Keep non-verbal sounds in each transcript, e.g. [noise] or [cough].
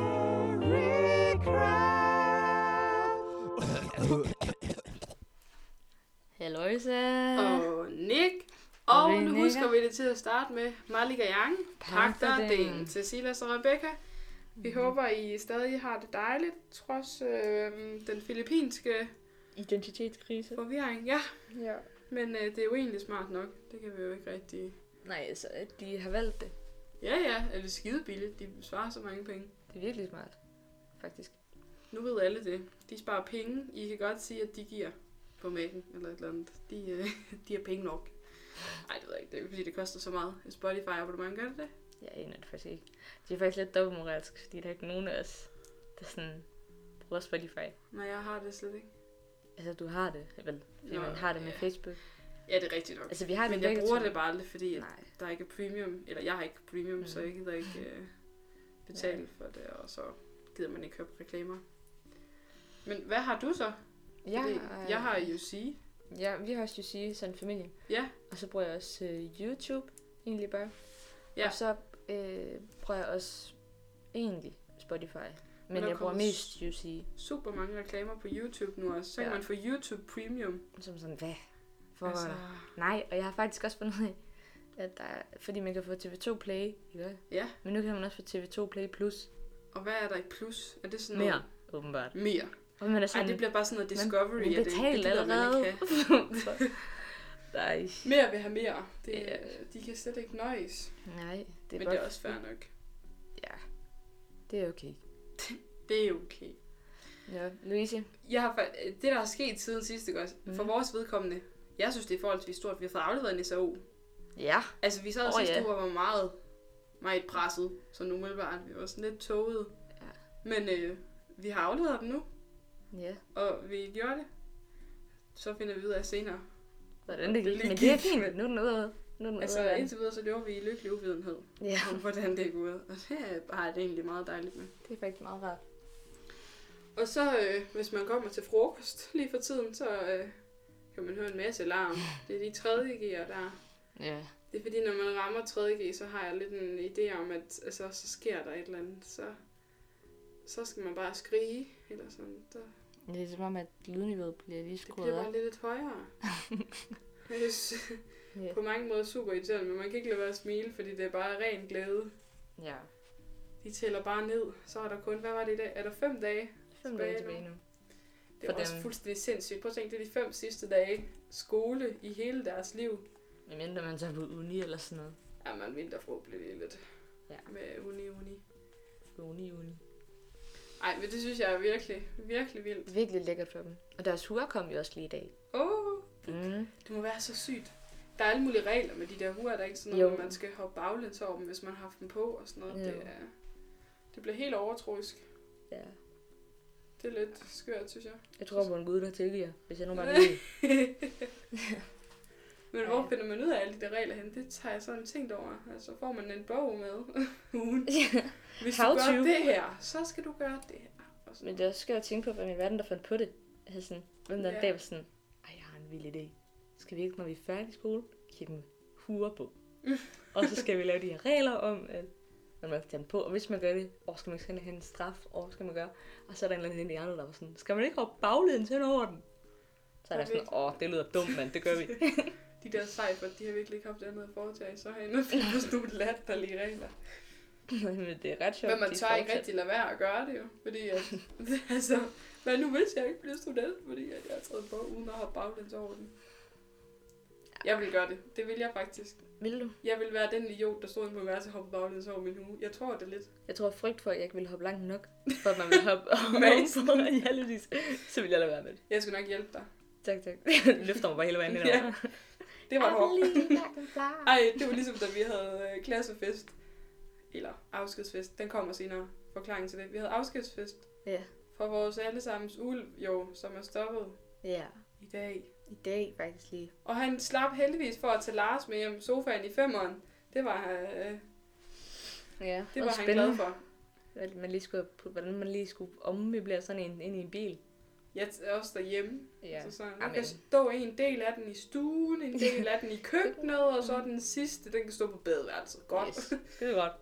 Cookie Crab. Halløjsa. og Nick. Og Renika. nu husker vi det til at starte med Malika Yang, Pagterdelen. Pagterdelen, til Silas og Rebecca. Vi håber, I stadig har det dejligt, trods øh, den filippinske Identitetskrise. forvirring. Ja, Ja. men øh, det er jo egentlig smart nok. Det kan vi jo ikke rigtig... Nej, altså, de har valgt det. Ja, ja, er det skide billigt. De sparer så mange penge. Det er virkelig smart, faktisk. Nu ved alle det. De sparer penge. I kan godt sige, at de giver på mækken eller et eller andet. De, øh, [laughs] de har penge nok. Nej, det ved jeg ikke. Det er fordi, det koster så meget. Et Spotify-abonnement gør det det? Jeg aner det faktisk ikke. Det er faktisk lidt dobbeltmoralsk, fordi der er ikke nogen af os, der sådan bruger Spotify. Nej, jeg har det slet ikke. Altså, du har det, vel? Fordi Nå, man har det med ja. Facebook. Ja, det er rigtigt nok. Altså, vi har det Men med jeg begge bruger to. det bare aldrig, fordi at Nej. der ikke er premium, eller jeg har ikke premium, mm. så jeg gider ikke øh, betale for det, og så gider man ikke høre på reklamer. Men hvad har du så? Jeg, Fordi har, øh, jeg har UC. Ja, vi har også Jussi, sådan en familie. Ja, Og så bruger jeg også øh, YouTube, egentlig bare. Ja. Og så øh, bruger jeg også egentlig Spotify. Men der jeg bruger kommer mest Jussi. super mange reklamer på YouTube nu også. Så kan Ja. man få YouTube Premium. Som sådan, hvad? For altså... Nej, og jeg har faktisk også fundet ud af, at der er, fordi man kan få TV2 Play, ja. ja. men nu kan man også få TV2 Play Plus Og hvad er der i plus? Er det sådan mere, noget? åbenbart. Mere. Og man er Ej, sådan, det [laughs] bliver bare sådan noget man- discovery. man og det, det betaler gider man allerede. ikke have. Nej. Mere vil have mere. Det, Ja. De kan slet ikke nøjes. Nej, det er Men godt. det er også fair nok. Ja, det er okay. Det er okay. Ja, Louise, Jeg har, fa- øh, det, der er sket siden sidste, ikke også? Mhm. For vores vedkommende, jeg synes, det er forholdsvis stort. Vi har fået afleveret en SAO. ja, Altså, vi sad Åh, oh, sidste ja. ja. uge og var meget, meget presset, så nu umiddelbart. Vi var sådan lidt tåget. Ja. Men øh, vi har afleveret den nu, ja, og vi gjorde det. Så finder vi ud af senere. hvordan det gik, Lige men det er gik. fint, nu er den ude, nu er den Altså, ude af verden. indtil videre, så lever vi i lykkelig uvidenhed Ja, [laughs] om, hvordan det er gået. Og det er bare det er egentlig meget dejligt med. det er faktisk meget rart. Og så, øh, hvis man kommer til frokost lige for tiden, så øh, kan man høre en masse larm. Det er de tredje G'er, der Ja, Det er fordi, når man rammer 3.G, så har jeg lidt en idé om, at altså, så sker der et eller andet. Så, så skal man bare skrige, eller sådan. Der, det er som om, at lydniveauet bliver lige det skruet bliver bare op. lidt, lidt [laughs] højere. Jeg synes, Ja. på mange måder super irriterende, men man kan ikke lade være at smile, fordi det er bare ren glæde. Ja, De tæller bare ned. Så er der kun, hvad var det i dag? Er der fem dage? fem dage tilbage nu. Det er For også dem. fuldstændig sindssygt. Prøv at tænke, det er de fem sidste dage skole i hele deres liv. Men mindre man tager på uni eller sådan noget. Ja, man vinter forhåbentlig lige lidt. Ja. Med uni, uni. Uni, uni. Ej, men det synes jeg er virkelig, virkelig vildt. Virkelig lækkert for dem. Og deres huer kom jo også lige i dag. Åh, oh, Mm. det må være så sygt. Der er alle mulige regler med de der huer, der er ikke sådan noget, Jo. jo. man skal hoppe baglæns over dem, hvis man har haft dem på og sådan Jo. noget. Det, er, det bliver helt overtroisk. Ja. Det er lidt skørt, synes jeg. Jeg tror på en gud, der tilgiver, hvis jeg nu bare [laughs] lige... Men Ja. hvor finder man ud af alle de der regler hen? Det har jeg sådan tænkt over. Altså, får man en bog med [laughs] ugen? Hvis du How gør to. det her, så skal du gøre det her. Og sådan Men det er også skørt at tænke på, hvem i verden, der fandt på det. Altså sådan, hvem der Ja. ja. dag var sådan, ej, jeg har en vild idé. Skal vi ikke, når vi er færdige i skole, give dem huer [laughs] på? og så skal vi lave de her regler om, at man må ikke tage dem på. Og hvis man gør det, og skal man ikke sende hen en straf, og skal man gøre. Og så er der en eller anden indianer, der var sådan, skal man ikke hoppe bagledens hen over den? Så er der sådan, Perfekt. åh, det lyder dumt, mand, det gør vi. [laughs] [laughs] De der cyber, de har virkelig ikke haft andet at foretage sig herinde, og finde på sådan nogle latterlige regler. Men det er ret sjovt. Men man de tør ikke fortsætter. rigtig lade være at gøre det jo, fordi at, [laughs] altså, hvad nu hvis jeg ikke bliver student, fordi at jeg har taget på uden at hoppe baglæns over den. Jeg vil gøre det. Det vil jeg faktisk. Vil du? Jeg vil være den idiot, der stod inde på værelse og hoppede baglæns over min hue. Jeg tror det lidt. Jeg tror frygt for, at jeg ikke ville hoppe langt nok, for at man ville [laughs] hoppe Masen. ovenpå. ja, lige præcis. Så ville jeg lade være med det. Jeg skal nok hjælpe dig. Tak, tak. [laughs] Løfter mig bare hele vejen henover. Ja, Ja. Det var hårdt. Ej, det var ligesom, da vi havde øh, klassefest. Eller afskedsfest. Den kommer senere. Forklaringen til det. Vi havde afskedsfest ja. for vores allesammens ulv, jo, som er stoppet Ja. i dag. I dag faktisk lige. Og han slap heldigvis for at tage Lars med hjem i sofaen i femmeren. Det var, øh, Ja, det var han glad for. At man lige skulle, putte- hvordan man lige skulle ommøblere sådan en ind i en bil. Jeg er også derhjemme. Ja. Så sådan, der Amen. kan stå en del af den i stuen, en del af den i Mm. [laughs] køkkenet, og så den sidste, den kan stå på badeværelset. Godt. Yes. Det er godt.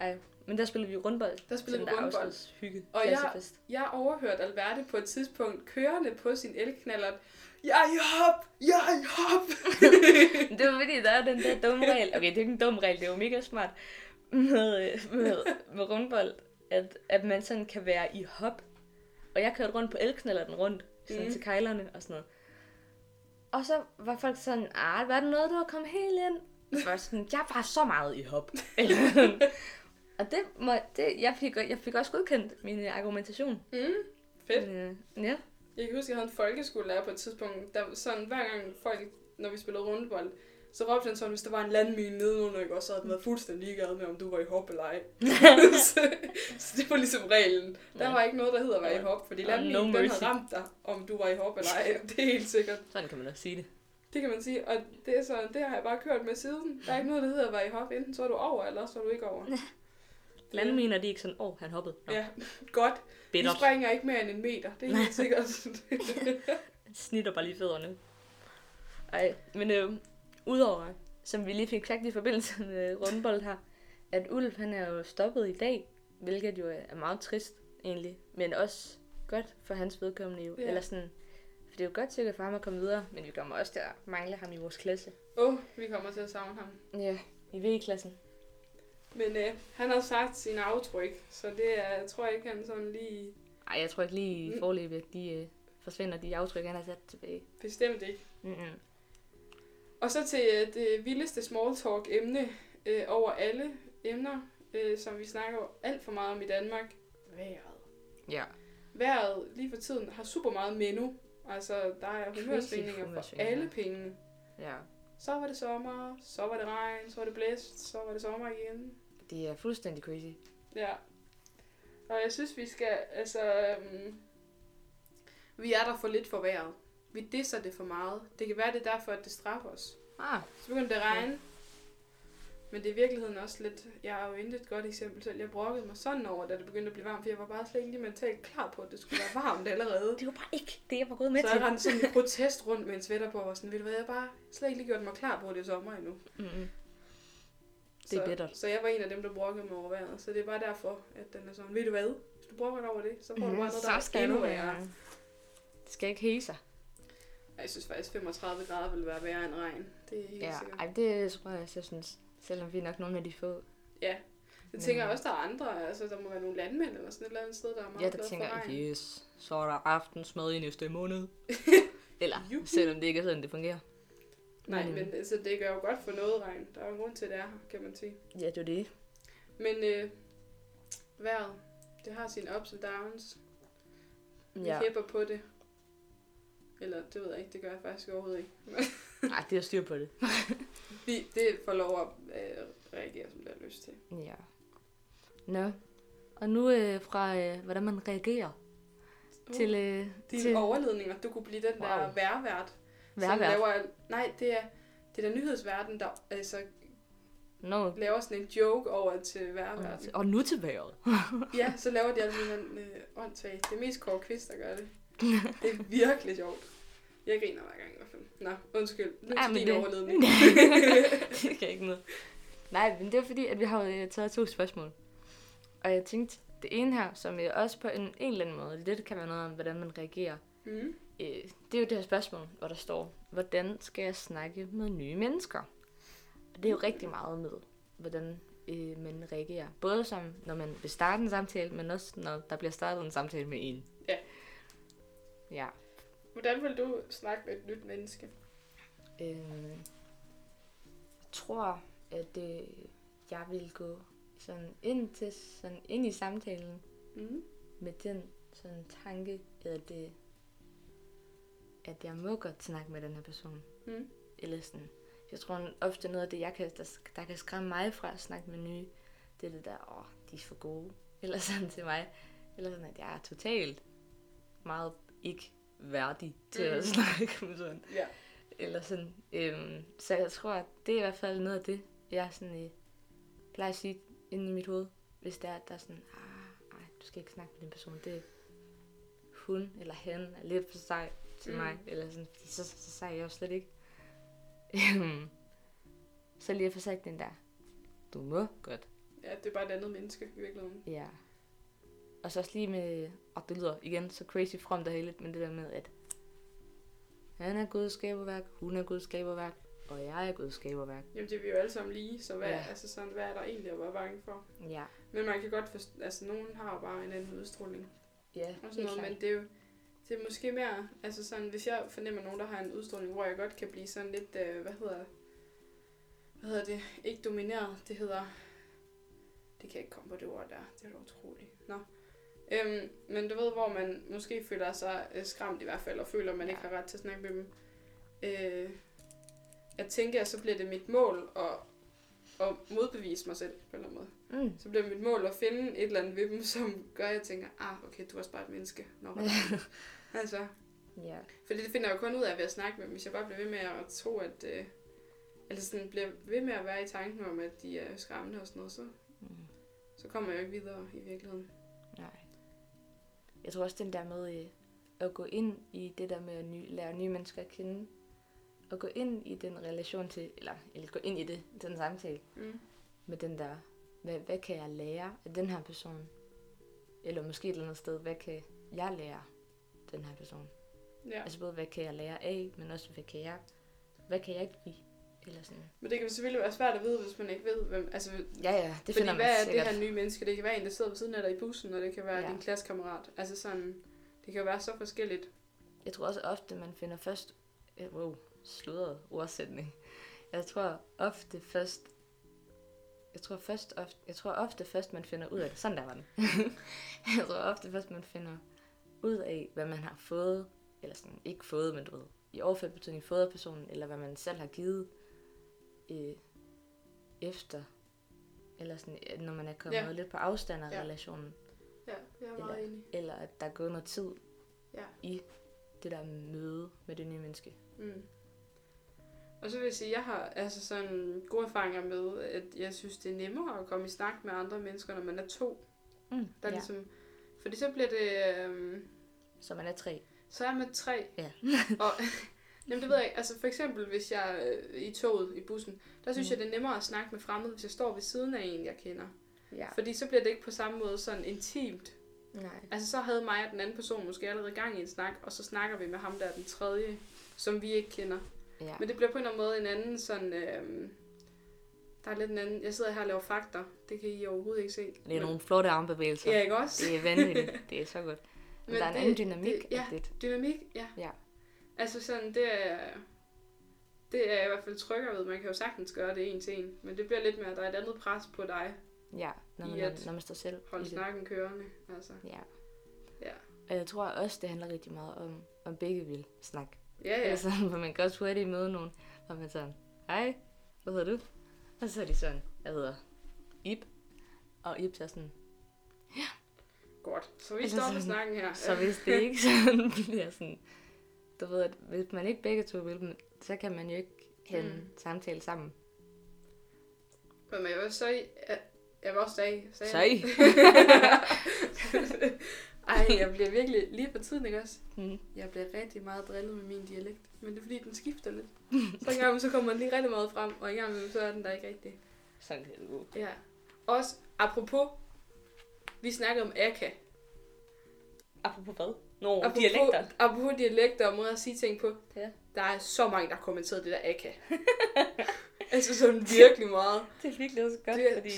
Ej, Men der spillede vi jo rundbold. Der spillede til den vi der rundbold. afskeds Hygge. Og jeg- klassefest. Jeg overhørte Alberte på et tidspunkt kørende på sin elknallert. Jeg i hop! Jeg i [laughs] hop! Men det var fordi, der er den der dumme regel. Okay, det er ikke en dum regel, det er jo mega smart. Med, øh, med, med rundbold, at, at man sådan kan være i hop. Og jeg kørte rundt på elknalleren rundt, sådan Mm. mm. til kejlerne og sådan noget. Og så var folk sådan, ah, var det noget, du var kommet helt ind? Jeg var sådan, jeg var så meget i [laughs] hop. Eller sådan. og det, må, det jeg, fik, jeg fik også godkendt min øh, argumentation. mm, fedt. Men, øh, ja. Jeg kan huske, jeg havde en folkeskolelærer på et tidspunkt, der sådan hver gang folk, når vi spillede rundbold, så råbte han sådan, hvis der var en landmine nedenunder, ikke? og så havde den været fuldstændig ligeglad med, om du var i hop eller [laughs] ej. så, så, det var ligesom reglen. Der Ja. var ikke noget, der hedder at være i hop, fordi Og landminen, no no den mercy. havde ramt dig, om du var i hop eller ej. Det er helt sikkert. Sådan kan man også sige det. Det kan man sige, og det, er sådan, det har jeg bare kørt med siden. Der er ikke noget, der hedder at være i hop. Enten så er du over, eller også er du ikke over. Landminer, de er ikke sådan, åh, oh, han hoppede. Nå, Ja, godt. bedt Du op. springer ikke mere end en meter, det er helt sikkert. [laughs] [laughs] snitter bare lige fødderne. Ej, men øh, udover, som vi lige fik sagt i forbindelse [laughs] med rundbold her, at Ulf han er jo stoppet i dag, hvilket jo er meget trist egentlig, men også godt for hans vedkommende jo. Ja. Ja. Eller sådan, for det er jo godt sikkert for ham at komme videre, men vi kommer også til at mangle ham i vores klasse. Åh, oh, vi kommer til at savne ham. Ja, i V-klassen. Men øh, han har sagt sine aftryk, så det er, jeg tror ikke, han sådan lige Ej, jeg tror ikke lige i Mm. forløbet, at de øh, forsvinder, de aftryk, han har sat tilbage. bestemt ikke. Mm-mm. Og så til øh, det vildeste small talk emne øh, over alle emner, øh, som vi snakker alt for meget om i Danmark. Vejret. Ja. Vejret lige for tiden har super meget menu. Altså, der er humørsvingninger for humørsvingninger. alle pengene. Ja. Så var det sommer, så var det regn, så var det blæst, så var det sommer igen. Det er fuldstændig crazy. Ja. Og jeg synes, vi skal, altså... Øhm, vi er der for lidt for vejret. Vi disser det for meget. Det kan være, det er derfor, at det straffer os. Ah, Så begynder det at regne. Men det er i virkeligheden også lidt... Jeg er jo intet godt eksempel selv. Jeg brokkede mig sådan over, da det begyndte at blive varmt, for jeg var bare slet ikke lige mentalt klar på, at det skulle være varmt allerede. det var bare ikke det, jeg var gået med så til. jeg rendte sådan i protest rundt med en sweater på, og var sådan, ved du hvad, jeg har bare slet ikke lige gjort mig klar på, at det er sommer endnu. Mm-mm. Det er så, bittert. Så jeg var en af dem, der brokkede mig over vejret, så det er bare derfor, at den er sådan, ved du hvad, hvis du brokker dig over det, så får Mhm. du bare noget, der er endnu værre. Det skal ikke hæse sig. Ej, Jeg synes faktisk, 35 grader ville være værre end regn. Det er helt Ja, ja, sikkert. ej, det tror jeg, også, jeg synes. Selvom vi er nok nogle af de få. Ja. Jeg Men- tænker også, der er andre, altså der må være nogle landmænd eller sådan et eller andet sted, der er meget Ja, glade der tænker for regn. yes, så er der aftensmad i næste [laughs] måned. Eller, Juhu. selvom det ikke er sådan, det fungerer. Nej, Mm. men altså, det gør jo godt for noget regn. Der er jo en grund til, at det er her, kan man sige. øh, Ja, det er det. Men øh, vejret, det har sine ups and downs. Vi Ja. ja. hæpper på det. Eller, det ved jeg ikke, det gør jeg faktisk overhovedet ikke. Ej, det er styr på det. Vi, det får lov at øh, reagere, som det har lyst til. Ja. Nå. Og nu øh, fra, øh, hvordan man reagerer Uh, til, øh, Dine til overledninger, du kunne blive den wow. der Wow. værvært. Som værvært. laver, nej, det er, det er der nyhedsverden, der altså, Nå. laver sådan en joke over til værvært. Og nu til vejret. Ja, så laver de altid en øh, åndssvag. Det er mest Kåre Kvist, der [laughs] gør det. Det er virkelig sjovt. Jeg griner hver gang i hvert fald. Nå, undskyld. Nu Ej, til men din det- [laughs] overledning. det kan ikke noget. Nej, men det er fordi, at vi har jo øh, taget to spørgsmål. Og jeg tænkte, det ene her, som øh, også på en, en eller anden måde lidt kan være noget om, hvordan man reagerer. Mm. Øh, det er jo det her spørgsmål, hvor der står, hvordan skal jeg snakke med nye mennesker? Og det er jo rigtig meget med, hvordan øh, man reagerer. Både som, når man vil starte en samtale, men også når der bliver startet en samtale med en. Ja. Ja. Hvordan vil du snakke med et nyt menneske? Øh, jeg tror, at øh, jeg vil gå sådan ind, til, sådan ind i samtalen Mm. med den sådan tanke, at, øh, at jeg må godt snakke med den her person. Mm. Eller sådan. Jeg tror ofte noget af det, jeg kan, der, der kan skræmme mig fra at snakke med nye, det er det der, åh, de er for gode. [laughs] Eller sådan til mig. Eller sådan, at jeg er totalt meget ikke værdig til mm. Mm. at [laughs] snakke med sådan. Ja. Eller sådan. Øhm, så jeg tror, at det er i hvert fald noget af det, jeg sådan, øh, plejer at sige inde i mit hoved. Hvis der, der er sådan, ah, ej, du skal ikke snakke med den person. Det hun eller han er lidt for sej til Mm. mm. mig. Eller sådan, fordi så, så, så sej er jeg jo slet ikke. [laughs] Øhm, så lige at få sagt den der, du må godt ja, det er bare et andet menneske i virkeligheden. Ja. Og så også lige med, og det lyder igen så crazy frem der lidt, men det der med, at han er Guds skaberværk, hun er Guds skaberværk, og jeg er Guds skaberværk. Jamen, det er vi jo alle sammen lige, så hvad, Ja. ja. altså sådan, hvad er der egentlig at være bange for? Ja. Men man kan godt forstå, altså nogen har jo bare en anden udstråling. Ja, Og sådan noget, men det er jo det er måske mere, altså sådan, hvis jeg fornemmer nogen, der har en udstråling, hvor jeg godt kan blive sådan lidt, øh, hvad hedder hvad hedder det, ikke domineret, det hedder, det kan jeg ikke komme på det ord der, det er da utroligt, nå. Øhm, men du ved, hvor man måske føler sig øh, skræmt i hvert fald, og føler, at man Ja. ikke har ret til at snakke med dem. Øh, jeg tænker, at så bliver det mit mål at, at modbevise mig selv på en eller anden måde. Mm. Så bliver mit mål at finde et eller andet ved dem, som gør, at jeg tænker, ah, okay, du er også bare et menneske. Nå, hold op." altså, Ja. fordi det finder jeg jo kun ud af ved at snakke med dem, hvis jeg bare bliver ved med at tro, at... Øh, eller sådan bliver ved med at være i tanken om, at de er skræmmende og sådan noget, så, Mm. så kommer jeg jo ikke videre i virkeligheden. Nej. Jeg tror også den der med øh, at gå ind i det der med at ny, lære nye mennesker at kende, og gå ind i den relation til, eller, eller gå ind i det, den samtale, Mm. med den der, hvad, hvad kan jeg lære af den her person? Eller måske et eller andet sted, hvad kan jeg lære den her person? Ja. Altså både, hvad kan jeg lære af, men også, hvad kan jeg, hvad kan jeg ikke give? Eller sådan. Men det kan jo selvfølgelig være svært at vide, hvis man ikke ved, hvem... Altså, Ja, ja, det fordi finder man hvad er det sikkert. her nye menneske? Det kan være en, der sidder ved siden af dig i bussen, og det kan være Ja. ja. din klassekammerat. Altså sådan... Det kan jo være så forskelligt. Jeg tror også ofte, man finder først... øh, Wow, sludret ordsætning. Jeg tror ofte først... Jeg tror, først ofte, jeg tror ofte først, man finder ud af det. Sådan der var den. [laughs] jeg tror ofte først, man finder ud af, hvad man har fået, eller sådan ikke fået, men du ved, i overført betydning fået af personen, eller hvad man selv har givet øh, efter, eller sådan, øh, når man er kommet Ja. lidt på afstand af Ja. relationen, Ja, jeg meget er meget enig. eller at der er gået noget tid Ja. i det der møde med det nye menneske. Mm. Og så vil jeg sige, at jeg har altså sådan gode erfaringer med, at jeg synes, det er nemmere at komme i snak med andre mennesker, når man er to. Mm, Der er ja. ligesom, fordi så bliver det... Øhm, Så man er tre. så er man tre. Ja. [laughs] og, jamen, det ved jeg ikke. Altså for eksempel, hvis jeg øh, i toget, i bussen, der synes Mm. mm. jeg, det er nemmere at snakke med fremmede, hvis jeg står ved siden af en, jeg kender. Ja. Fordi så bliver det ikke på samme måde sådan intimt. Nej. Altså så havde mig og den anden person måske allerede gang i en snak, og så snakker vi med ham der, den tredje, som vi ikke kender. Ja. Men det bliver på en eller anden måde en anden sådan... Øh, der er lidt en anden... Jeg sidder her og laver fakter. Det kan I overhovedet ikke se. Det er Men- nogle flotte armbevægelser. Ja, ikke også? Det er vanvittigt. Det er så godt. Men, Men der er en det- anden dynamik det- ja. af det. Dynamik, ja. Ja. Altså sådan, det er... Det er jeg i hvert fald trykker ved. Man kan jo sagtens gøre det en til en. Men det bliver lidt mere, at der er et andet pres på dig. Ja, når man, I at når man står selv Hold i det. snakken kørende. Altså, Ja. ja. Og jeg tror også, det handler rigtig meget om, om begge vil snakke. Ja, Ja. ja. Altså, [laughs] hvor man kan også hurtigt møde nogen, hvor man sådan, hej, hvad hedder du? Og så er de sådan, jeg hedder Ip. Og Ip så er sådan, Godt. Så vi Altså stopper sådan- snakken her. Så hvis det ikke [laughs] sådan bliver sådan... Du ved, at hvis man ikke begge to vil, men så kan man jo ikke have en Mm. samtale sammen. Men jeg var så... Jeg, jeg var også sag. Så [laughs] I? [laughs] Ej, jeg bliver virkelig... Lige for tiden, ikke også? Mm. Jeg bliver rigtig meget drillet med min dialekt, men det er fordi, den skifter lidt. Så en gang imellem, så kommer den lige rigtig meget frem, og en gang imellem, så er den der ikke rigtig. Sådan kan det gå. Ja. Også, apropos, vi snakker om aka. Apropos hvad? Nå, Apropos, Apropos dialekter og måder at sige ting på. Ja. Der er så mange, der har kommenteret det der [laughs] aka. altså sådan virkelig meget. Det er virkelig også godt, det er fordi...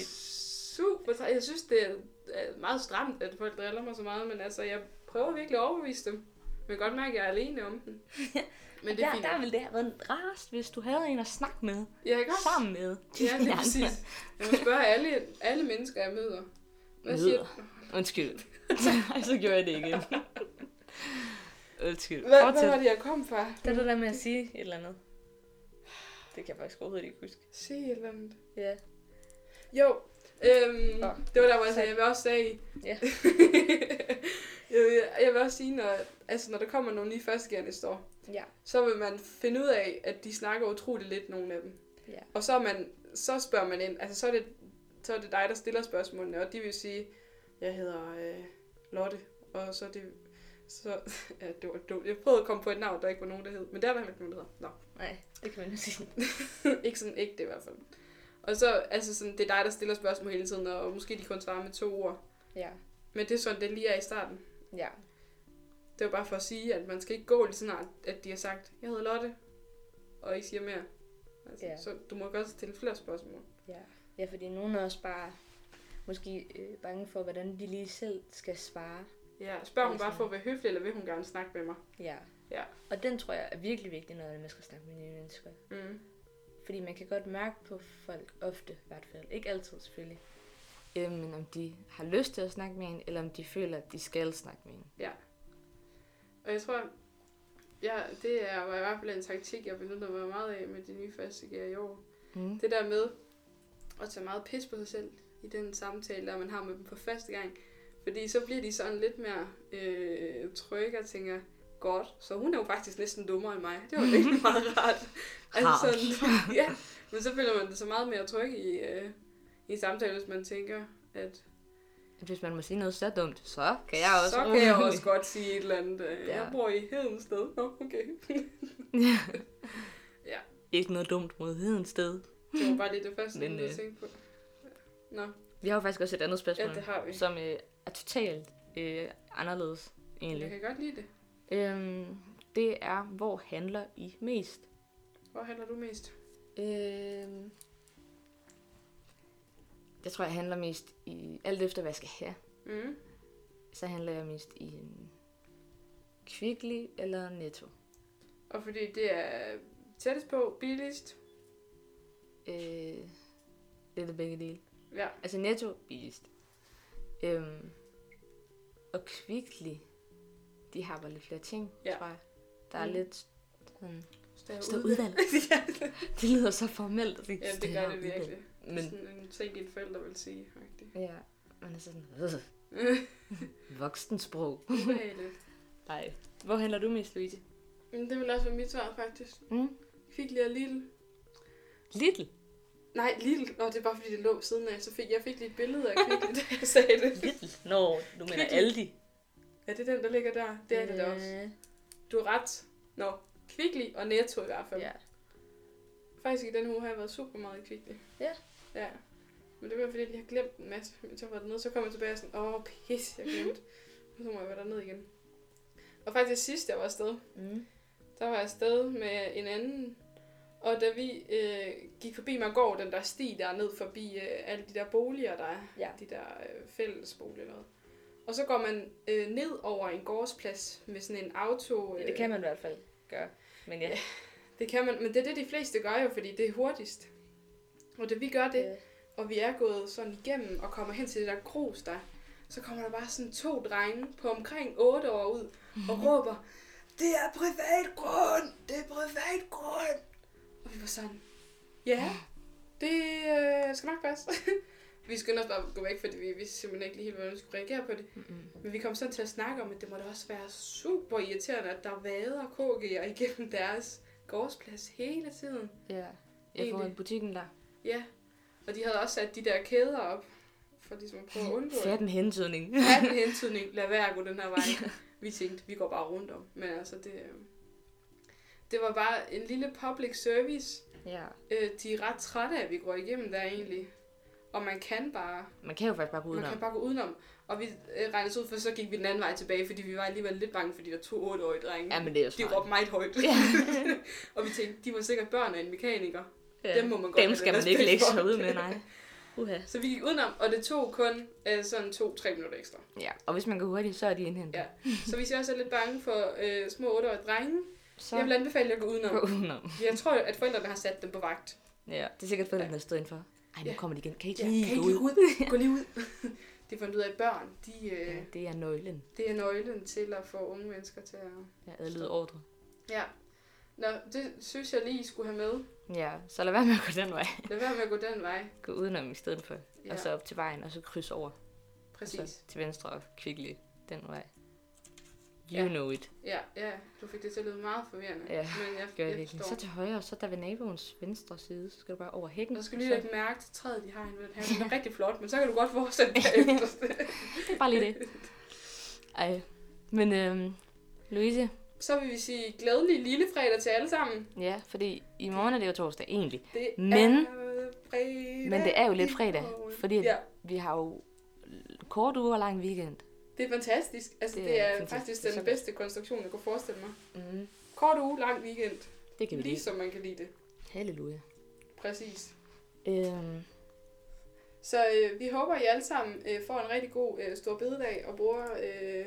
super træ- Jeg synes, det er øh, meget stramt, at folk driller mig så meget, men altså, jeg prøver virkelig at overbevise dem. Men jeg kan godt mærke, at jeg er alene om [laughs] den. Men det er der, fint. der ville det have været rarest, hvis du havde en at snakke med. Ja, ikke også? Sammen med. Ja, det de er andre. præcis. Jeg må spørge alle, alle mennesker, jeg møder. Hvad siger Møder. du? [laughs] Undskyld. Ej, så gjorde jeg det igen. Undskyld. Hvad, hvad Fortsæt. var det, jeg kom fra? Det er det der med at sige et eller andet. Det kan jeg faktisk overhovedet ikke huske. Sig et eller andet. Ja. Jo, øhm, Nå. det var der, hvor jeg sagde, jeg vil også sige... Ja. jeg, vil, jeg vil også sige, når, altså, når der kommer nogen lige førstgærende står, Ja. så vil man finde ud af, at de snakker utroligt lidt, nogle af dem. Ja. Og så, er man, så spørger man ind, altså så er, det, så er det dig, der stiller spørgsmålene, og de vil sige, jeg hedder øh, Lotte, og så er det, så, [laughs] ja, det var dumt. Jeg prøvede at komme på et navn, der ikke var nogen, der hed, men der er der heller ikke nogen, der hedder. Nå. [laughs] Nej, det kan man jo sige. ikke sådan ægte i hvert fald. Og så, altså sådan, det er dig, der stiller spørgsmål hele tiden, og måske de kun svarer med to ord. Ja. Men det er sådan, det lige er i starten. Ja. Det var bare for at sige, at man skal ikke gå lige så snart, at de har sagt, jeg hedder Lotte, og I siger mere. Altså, Ja. yeah. Så du må godt stille flere spørgsmål. Ja. Ja, fordi nogen er også bare måske øh, bange for, hvordan de lige selv skal svare. Ja, spørg hun Altså- bare for at være høflig, eller vil hun gerne snakke med mig? Ja. Ja. Og den tror jeg er virkelig vigtig, når man skal snakke med nye mennesker. Mm. Fordi man kan godt mærke på folk, ofte i hvert fald. Ikke altid selvfølgelig. Øh, men om de har lyst til at snakke med en, eller om de føler, at de skal snakke med en. Og jeg tror, ja, det er, var i hvert fald en taktik, jeg benyttede mig meget af med de nye første gear i år. Mm. Det der med at tage meget pis på sig selv i den samtale, der man har med dem for første gang. Fordi så bliver de sådan lidt mere øh, trygge og tænker, godt, så hun er jo faktisk næsten dummere end mig. Det var virkelig meget rart. Altså Rart. sådan, [laughs] ja. Men så føler man det så meget mere tryg i, øh, i en samtale, hvis man tænker, at At hvis man må sige noget så dumt, så kan jeg også. så kan jeg også godt sige et eller andet. Øh, Ja. Jeg bor i Hedensted. Nå, [laughs] okay. [laughs] Ikke noget dumt mod heden sted. Det var bare lige det første, Men, Men, jeg øh, tænkte på. Nå, Vi har jo faktisk også et andet spørgsmål, ja, det har vi. som øh, er totalt øh, anderledes Jeg egentlig. kan godt lide det. Øhm, det er, hvor handler I mest? Hvor handler du mest? Øhm, jeg tror, jeg handler mest i... Alt efter, hvad jeg skal have, Mm. så handler jeg mest i en Kvickly eller Netto. Og fordi det er tættest på, billigst. Øh, lidt af begge dele. Ja, Altså Netto, billigst. Øhm, og Kvickly, de har bare lidt flere ting, Ja. tror jeg. Der er Mm. mm. lidt sådan... større Stå udvalg. udvalg. ja, Det lyder så formelt at sige ja, det større gør det udvalg. virkelig. Men... Det er Men sådan en ting, dine forældre vil sige. [laughs] faktisk. ja, man er sådan... Øh, voksensprog. Ubehageligt. Nej. Hvor handler du mest, Louise? Men det vil også være mit svar, faktisk. Mm? Kvickly og Lille. Little. Nej, Lille. Nå, det er bare fordi, det lå ved siden af. Så fik jeg fik lige et billede af [laughs] Kvickly, da jeg sagde det. Little? Nå, du mener Kvickly. Aldi. Ja, det er den, der ligger der. Det er det da også. Øh, Du har ret. Nå, Kvickly og Netto i hvert fald. Ja. Faktisk i den uge har jeg været super meget i Kvickly. Ja. Ja. Men det var fordi, jeg lige har glemt en masse. Men så var dernede, så kom jeg tilbage og sådan, åh, pis, jeg glemte. Og så må jeg være dernede igen. Og faktisk sidst, jeg var afsted, Mm. der var jeg afsted med en anden. Og da vi øh, gik forbi Margård, den der sti der er ned forbi øh, alle de der boliger, der er. Ja. De der øh, fællesboliger noget. Og så går man øh, ned over en gårdsplads med sådan en auto... Ja, det kan man i hvert fald gøre. Men ja. Det kan man, men det er det, de fleste gør jo, fordi det er hurtigst. Og da vi gør det, Øh, og vi er gået sådan igennem og kommer hen til det der grus der, så kommer der bare sådan to drenge på omkring 8 år ud og råber, det er privat grund, det er privat grund. Og vi var sådan, ja, det øh, skal nok passe. [laughs] vi skyndte os bare at gå væk, fordi vi vidste simpelthen ikke lige helt, hvordan vi skulle reagere på det. Men vi kom sådan til at snakke om, at det må da også være super irriterende, at der vader KG'er igennem deres gårdsplads hele tiden. Ja. Jeg Egentlig. får en butikken der. Ja, og de havde også sat de der kæder op, for ligesom at prøve at undgå det. Fat en hentydning. Fat en hentydning, lad være at gå den her vej. Vi tænkte, vi går bare rundt om. Men altså, det, øh, det var bare en lille public service. ja. Øh, De er ret trætte af, at vi går igennem der egentlig. Og man kan bare, Man kan jo faktisk bare gå man udenom. kan bare gå udenom. Og vi øh, regnede os ud, for så gik vi den anden vej tilbage, fordi vi var alligevel lidt bange, fordi der var to 8-årige drenge. Ja, men det er jo de smart. råbte meget højt. Ja. [laughs] og vi tænkte, de var sikkert børn af en mekaniker. Ja. Dem må man godt Dem have skal lidt man ikke respekt lægge for. sig ud med, nej. [laughs] Uha. Så vi gik udenom, og det tog kun øh, sådan to-tre minutter ekstra. Ja, og hvis man går hurtigt, så er de indhentet. Ja. Så hvis jeg også er lidt bange for øh, små 8-årige drenge, Så så. jeg vil anbefale jer at gå gå udenom. udenom. Jeg tror, at forældrene har sat dem på vagt. Ja. Det er sikkert fedt, at man har stået indenfor. Ej, nu Ja. kommer de igen. Kan I ikke Ja, lige kan I gå lige ud? [laughs] Gå lige ud. [laughs] De fandt ud af, at børn, de, Ja, øh, det er nøglen. det er nøglen til at få unge mennesker til at... Jeg adlyder ordre. Ja. Nå, det synes jeg lige, I skulle have med. Ja, så lad være med at gå den vej. Lad være med at gå den vej. Gå udenom i stedet for. Ja, Og så op til vejen, og så kryds over. Og præcis. så til venstre og kvickly den vej. You Ja. know it. Ja, ja, du fik det til at lyde meget forvirrende. Ja, men jeg, Gør jeg jeg virkelig. Så til højre, og så der ved naboens venstre side, så skal du bare over hækken. Jeg og skal så lige lægge mærke til træet, de har inde ved den her. [laughs] Den er rigtig flot, men så kan du godt fortsætte derefter. Bare lige det. Ej. Men øhm, Louise, så vil vi sige glædelig lille fredag til alle sammen. ja, fordi i morgen er det jo torsdag egentlig. Det Men- er fredag. Men det er jo lidt i fredag, morgen. fordi at- Ja, Vi har jo kort uge og lang weekend. det er fantastisk. Altså, Det det, er det er, fantastisk. faktisk Det er så den godt. bedste konstruktion, jeg kunne forestille mig. Mm. Kort uge, lang weekend. Det kan vi lide. Ligesom man kan lide det. Halleluja. Præcis. Øhm, Så øh, vi håber, I alle sammen øh, får en rigtig god øh, stor bededag og bruger øh,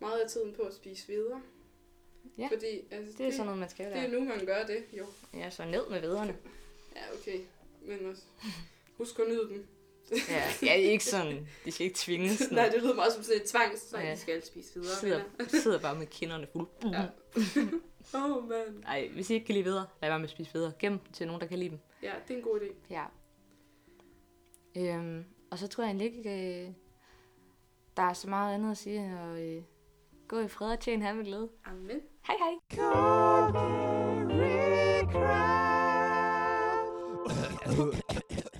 meget af tiden på at spise videre. Ja, Fordi altså, det er sådan noget, man skal det er der. nu, man gør det, jo. Ja, så ned med [laughs] vederne. Ja, okay. Men også, husk at nyde dem. Ja, ja ikke sådan. De skal ikke tvinges. sådan. Nej, det lyder meget som sådan et tvang, så Ja. ja. I skal spise videre. sidder, venner. sidder bare med kinderne fulde. Ja. Åh, oh, mand. Nej, hvis I ikke kan lide videre, lad være med at spise videre. Gem dem til nogen, der kan lide dem. Ja, det er en god idé. Ja. Øhm, og så tror jeg egentlig ikke, øh, der er så meget andet at sige, end at øh, gå i fred og tjene her med glæde. Amen. Hej hej! Cookie Crab.